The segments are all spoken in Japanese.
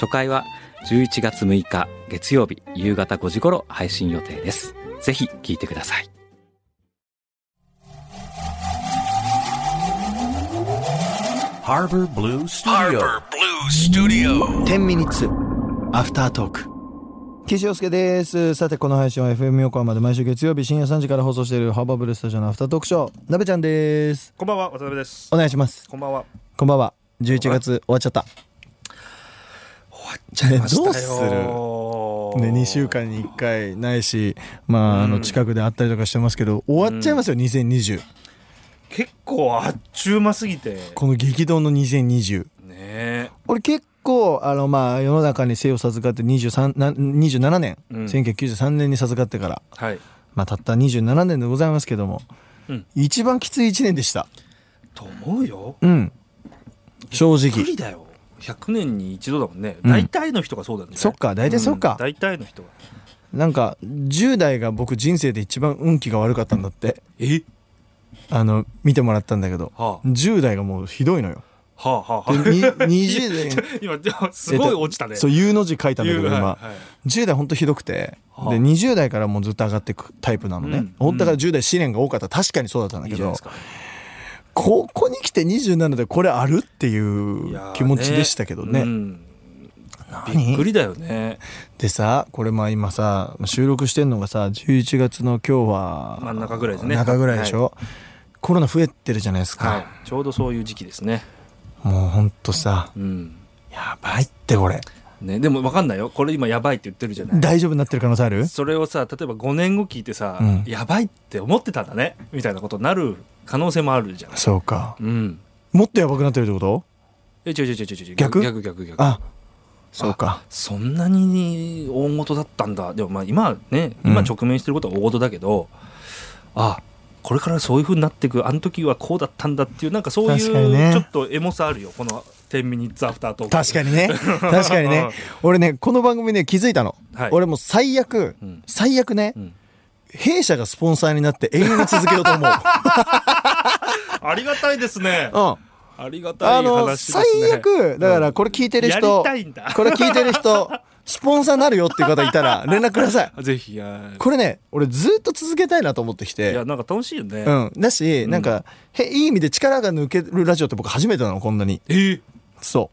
初回は11月6日月曜日夕方5時頃配信予定ですぜひ聞いてください Harbor Blue Studio. 天ミニッツアフタートーク岸洋介ですさてこの配信は FM 横浜で毎週月曜日深夜3時から放送しているハーバーブルースタジオのアフタートークショーなべちゃんですこんばんは、渡辺です。お願いしますこんばんは。こんばんは11月終わっちゃった終わっちゃいましたねよ。ね2週間に1回ないしまああうのん近くであったりとかしてますけど終わっちゃいますよ2020結構あっちゅうますぎて。この激動の2020ね俺結構あのまあ世の中に生を授かって23な27年、うん1993年に授かってからはい。まあたった27年でございますけども、うん一番きつい1年でしたと思うよ。うん正びっく直りだよ。100年に一度だもんね。うん大体の人がそうだね。そっか大体そっかうん大体の人が。なんか10代が僕人生で一番運気が悪かったんだってえあの見てもらったんだけど、はあ10代がもうひどいのよはあはあではあ。に 20代今、でもすごい落ちたね。そう U の字書いたんだけど言う今、はいはい10代ほんとひどくて、はあで20代からもうずっと上がってくタイプなのね、うんほんとだから10代試練が多かった確かにそうだったんだいいけじゃないどですか。ここに来て27でこれあるっていいうやー気持ちでしたけどねうん何びっくりだよね。でさこれまあ今さ収録してんのがさ11月の今日は真ん中ぐらいですね中ぐらいでしょ、コロナ増えてるじゃないですか、はい。ちょうどそういう時期ですね。もうほんとさうん。やばいってこれね、でも分かんないよこれ今やばいって言ってるじゃない大丈夫になってる可能性あるそれをさ例えば5年後聞いてさ、うんやばいって思ってたんだねみたいなことになる可能性もあるじゃないそうかうんもっとやばくなってるってことえ違う違う違う違う逆逆逆逆あそうかそんなに大事だったんだでもまあ今はね今うん直面してることは大事だけど、あこれからそういうふうになっていくあの時はこうだったんだっていうなんかそう確かにいねうちょっとエモさあるよこの「10ミニッツアフタートーク」確かに ね確かにね俺ねこの番組ね気づいたの、はい俺もう最悪、うん最悪ね、うん弊社がスポンサーになって永遠に続けようと思う、 ありがたいですねうん、ありがたあい話のですね最悪だからこれ聞いてるや人りたいんだこれ聞いてる 人スポンサーになるよっていう方いたら連絡くださいぜひあー これね俺ずっと続けたいなと思ってきいてやなんか楽しいよね、うんだしなんかへいい意味で力が抜けるラジオって僕初めてなのこんなにえーそ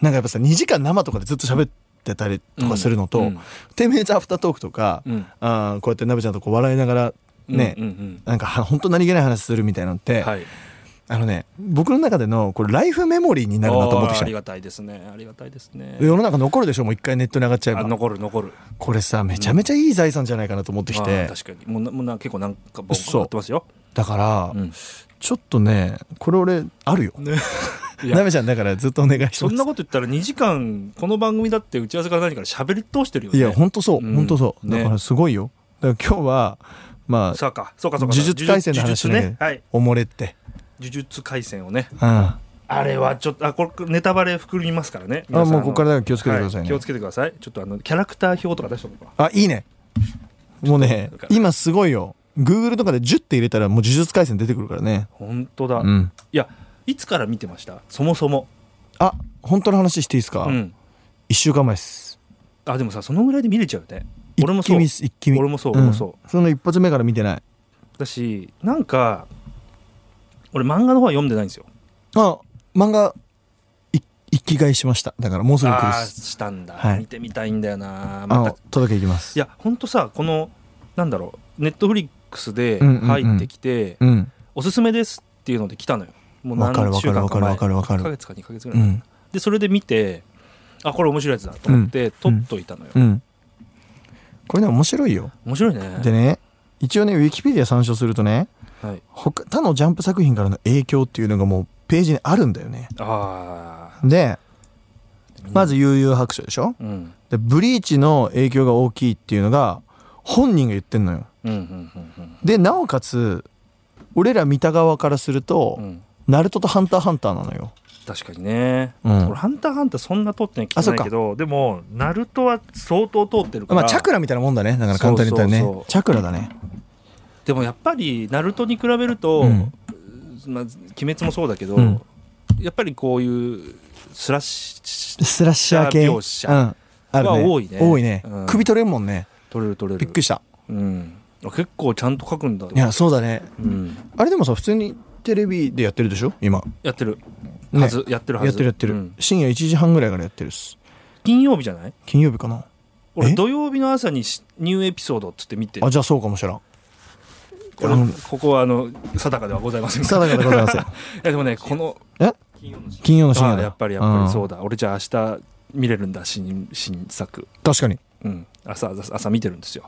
うなんかやっぱさ2時間生とかでずっと喋ってたりとかするのうんうとん「10 minutes after talk」とかうんあーこうやってなべちゃんとこう笑いながらねうんうんなんかは本当何気ない話するみたいなのっうてん、はいあのね僕の中でのこれライフメモリーになるなと思ってきあーあたりがたいですねありがたいですね世の中残るでしょもう一回ネットに上がっちゃえあば残る残るこれさめちゃめちゃいい財産じゃないかなと思ってきあてー確かにもうなもうな結構なんかボンそうなってますよ、だから、うん、ちょっとねこれ俺あるよ、 いなやべちゃんだからずっとお願いしますそんなこと言ったら2時間この番組だって打ち合わせから何から喋り通してるよねいやほんとそう、うんほんとそうねだからすごいよだから今日はまあそうかそうかそうか呪術廻戦の話し呪なきゃ術ねはいおもれって呪術廻戦をねうんああれはちょっとあこれネタバレ含みますからねも皆うさんここからだから気をつけてくださいはね、気をつけてくださいちょっとあのキャラクター表とか出しとこうかあいいねもうねちょっと今すごいよ Google とかで10って入れたらもう呪術廻戦出てくるからね本当だ、うんいやいつから見てましたそもそもあ本当の話していいですか、う一ん1週間前ですあでもさそのぐらいで見れちゃうね俺も一気そう見っす一気見俺もそう俺もそうんその一発目から見てないだしなんか俺漫画の方は読んでないんですよあ漫画い一気買いしましただからもうすぐ来るっああーすしたんだ、はい見てみたいんだよなあまたの届けいきますいやほんとさこのなんだろうネットフリックスでうんうんうん入ってきて、うんおすすめですっていうので来たのよもうわ何かるわ週かる間わかかる前わかるわか1ヶる月か2ヶ月ぐうらい、んでそれで見てあこれ面白いやつだと思って撮っといたのよ、うんこれね面白いよ面白いねでね一応ねウィキペディア参照するとねはい、他他のジャンプ作品からの影響っていうのがもうページにあるんだよねああでまず悠々白書でしょうんでブリーチの影響が大きいっていうのが本人が言ってんのようんうんうんでなおかつ俺ら見た側からすると、うんうんナルトとハンターハンターなのよ確かにね、うん俺ハンターハンターそんな通ってないあ聞かそっないかけどでもナルトは相当通ってるから、まあチャクラみたいなもんだねだから簡単に言ったらねそうそうそうチャクラだねでもやっぱりナルトに比べると、うんまあ、鬼滅もそうだけど、うんやっぱりこういうスラッシュスラッシャー系描写うんあるねは多いね多いね、うん首取れんもんね取れる取れるびっくりしたうん、あ結構ちゃんと書くんだいやそうだねうん、あれでもさ普通にテレビでやってるでしょ今やってるねはず、やってるはずやってるやってる、うん深夜1時半ぐらいからやってるっす金曜日じゃない金曜日かなえ俺土曜日の朝にしニューエピソードっつって見てあじゃあそうかもしれんこれあのここはあの定かではございません定かでございま せん いやでもねこの金曜の深夜あだやっぱりやっぱりそううだ、俺じゃあ明日見れるんだ新新作ん確かにうん朝朝朝見てるんですよ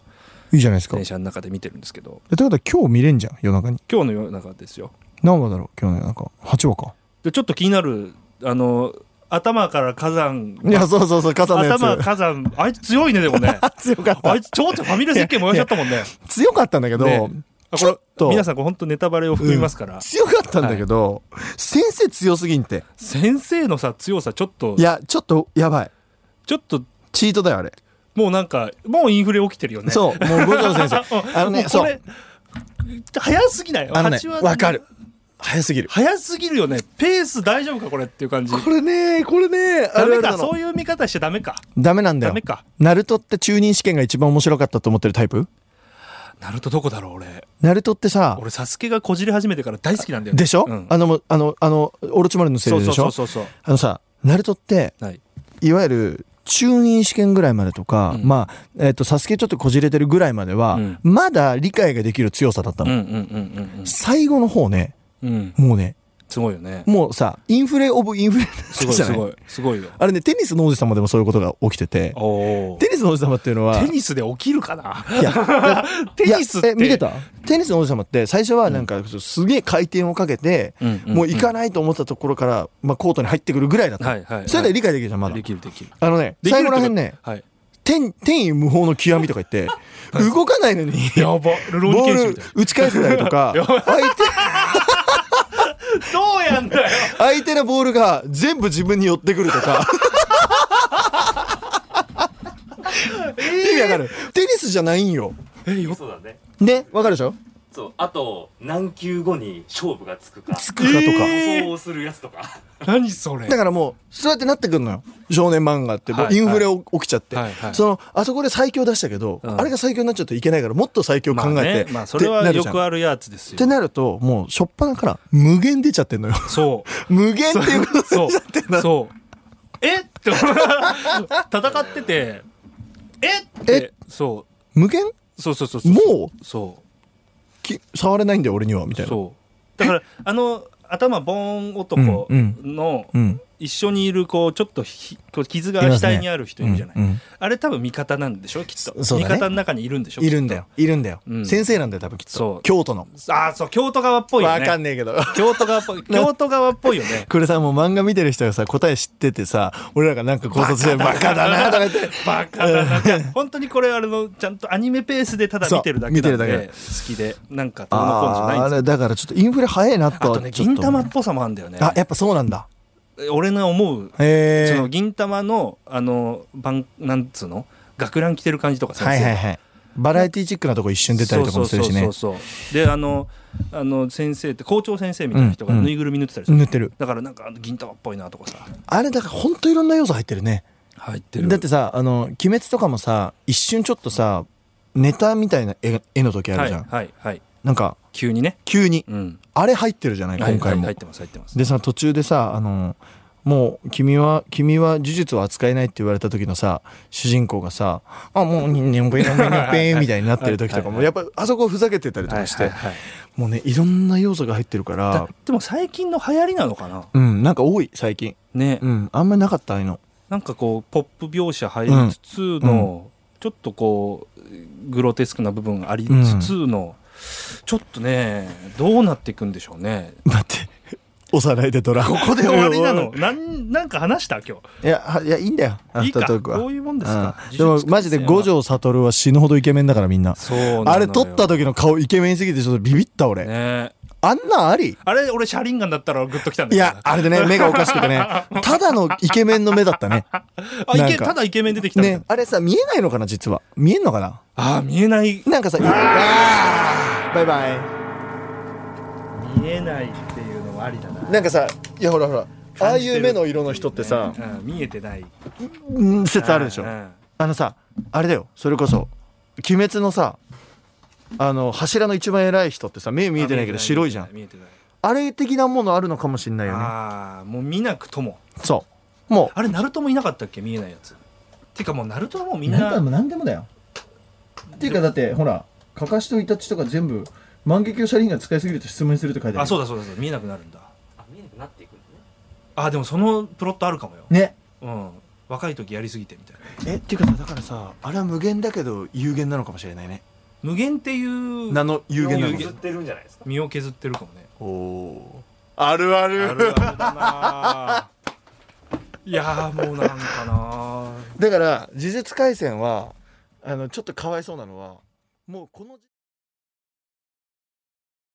いいじゃないですか電車の中で見てるんですけどえってことは今日見れんじゃん夜中に今日の夜中ですよ何話だろう今日の夜中8話かでちょっと気になるあの頭から火山いやそうそうそう傘のや頭火山あいつ強いねでもねつ 強かっあたいつ超手ファミレス一軒燃やしちゃったも んね強かったんだけど、ねあちょっと皆さんこれ本当ネタバレを含みますから、強かったんだけど、先生強すぎんって先生のさ強さちょっといやちょっとやばいちょっとチートだよあれ、もうなんかもうインフレ起きてるよねうそうもう五条先 生あのねこそれう早すぎないあのね八話わかる早すぎる早すぎるよねペース大丈夫かこれっていう感じこれねこれねあるダあメるなかのそういう見方しちゃダメかダメなんだよダメかナルトって中任試験が一番面白かったと思ってるタイプナルトどこだろう俺ナルトってさ俺サスケがこじれ始めてから大好きなんだよねでしょ、うんあのもうあのあのオロチマルのせいそうででしそょうそうそうそうあのさナルトってはいいわゆる中任試験ぐらいまでとか、うんまあえっ、とサスケちょっとこじれてるぐらいまでは、うんまだ理解ができる強さだったうんの、うんうん最後の方ねうんうんうんもうねすごいよねもうさインフレオブインフレすごいじゃすないごいすごいよあれねテニスの王子様でもそういうことが起きてておおテニスの王子様っていうのはテニスで起きるかないや テニスっていやえ見てたテニスの王子様って最初はなんかすげえ回転をかけて、うんうんもう行かないと思ったところから、まあ、コートに入ってくるぐらいだった、はいはいそれで理解できるじゃんまだできるできるあのねできる最後らへんねはい天天意無法の極みとか言って動かないのにやばルローボニケンシールみたいな打ち返せたりとか やばい相手どうやんだよ相手のボールが全部自分に寄ってくるとか意味わかるテニスじゃないんよえよそうだねねわかるでしょそうあと何球後に勝負がつくかつくかとか、えー予想をするやつとか何それだからもうそうやってなってくるのよ少年漫画ってもうはいインフレお起きちゃって、はいはいそのあそこで最強出したけど、うんあれが最強になっちゃうといけないからもっと最強考えて、まあね、まあそれっはてなるよじゃんくあるやつですっよてなるともう初っ端から無限出ちゃってんのよそう無 限っていうことにそうなっちゃってんのそうえって 戦っててえってそ無限うそうそうそうそうもそき触れないんだよ俺にはみたういなう、そうだからあの頭ボーン男うんのん、一緒にいるこうちょっとひこう傷が額にある人いるじゃない、うんうんあれ多分味方なんでしょきっと、そそう味だね方の中にいるんでしょいるんだよいるんだよ、うん先生なんだよ多分きっそとう京都のきっとああそう京都側っぽいよわねかんねえけど 京都側っぽい京都側っぽいよねこれさもう漫画見てる人がさ答え知っててさ俺らがなんか考察してバカだなとか言って バカだな、い や本当にこれあのちゃんとアニメペースでただ見てるだけなんそう見てるだでけ好きでなんかどうのこうのじゃないんああですよれだからちょっとインフレ早いなとあはとねちょっ銀玉っぽさもあるんだよねあやっぱそうなんだ俺の思う、へえその銀玉のあの番なんつうの学ラン着てる感じとか先生がはいはいはいバラエティチックなとこ一瞬出たりとかもするしねそうそうそうそうであのあの先生って校長先生みたいな人がうんうんぬいぐるみ塗ってたりする、塗ってるだからなんかあの銀玉っぽいなとかさあれだからほんといろんな要素入ってるね入ってるだってさ「あの鬼滅」とかもさ一瞬ちょっとさネタみたいな絵が絵の時あはるいじゃん、はいはいなんか急にね急にうんあれ入ってるじゃない今回も、はいはい入ってます入ってますでさ途中でさあのもう君は君は呪術を扱えないって言われた時のさ主人公がさ「あもう人間もいらないペー」みたいになってる時とかもやっぱあそこふざけてたりとかして、はいはいはいもうねいろんな要素が入ってるかだらでも最近の流行りなのかなうんなんか多い最近ね、うんあんまりなかったああいうのなんかこうポップ描写入りつつの、ちょっとこうグロテスクな部分がありつつの、ちょっとねどうなっていくんでしょうね待って おさらいでドラここで終わり なのなんなんか話した今日いやはいやいいんだよアいフいタかートークはこういうもんですかうんでもマジで五条悟は死ぬほどイケメンだからみんなそうなのよあれ撮った時の顔イケメンすぎてちょっとビビった俺、ねあんなんありあれ俺車輪ガンだったらグッときたんだいけどやあれでね目がおかしくて ねただのイケメンの目だったねあイなんケかただイケメン出てきたみたいなねあれさ見えないのかな実は見えんのかなあー見えないなんかさあーバイバイ見えないっていうのもありだななんかさいやほらほらああ感じいてるう目の色の人ってさ、うん見えてないうん、説あるでしょうんあのさあれだよそれこそ「鬼滅」のさあの柱の一番偉い人ってさ目見えてないけど白いじゃん見えてないあれ的なものあるのかもしんないよねああもう見なくともそうもうあれナルトもいなかったっけ見えないやつてかもうナルトはもうみんな何でもだよっていうかだってほらかかしとイタチとか全部万華鏡車輪が使いすぎると質問すると書いあそうだそうだそうだ見えなくなるんだあ見えなくなっていくんですねあでもそのプロットあるかもよ、ねうん若い時やりすぎてみたいなえっていうかさだからさあれは無限だけど有限なのかもしれないね無限っていう名の有限な身のを有削っ限てるんじゃないですか身を削ってるかもねおおーあるあるあるあるだないやーもうなんかなだから呪術廻戦はあのちょっとかわいそうなのはもうこの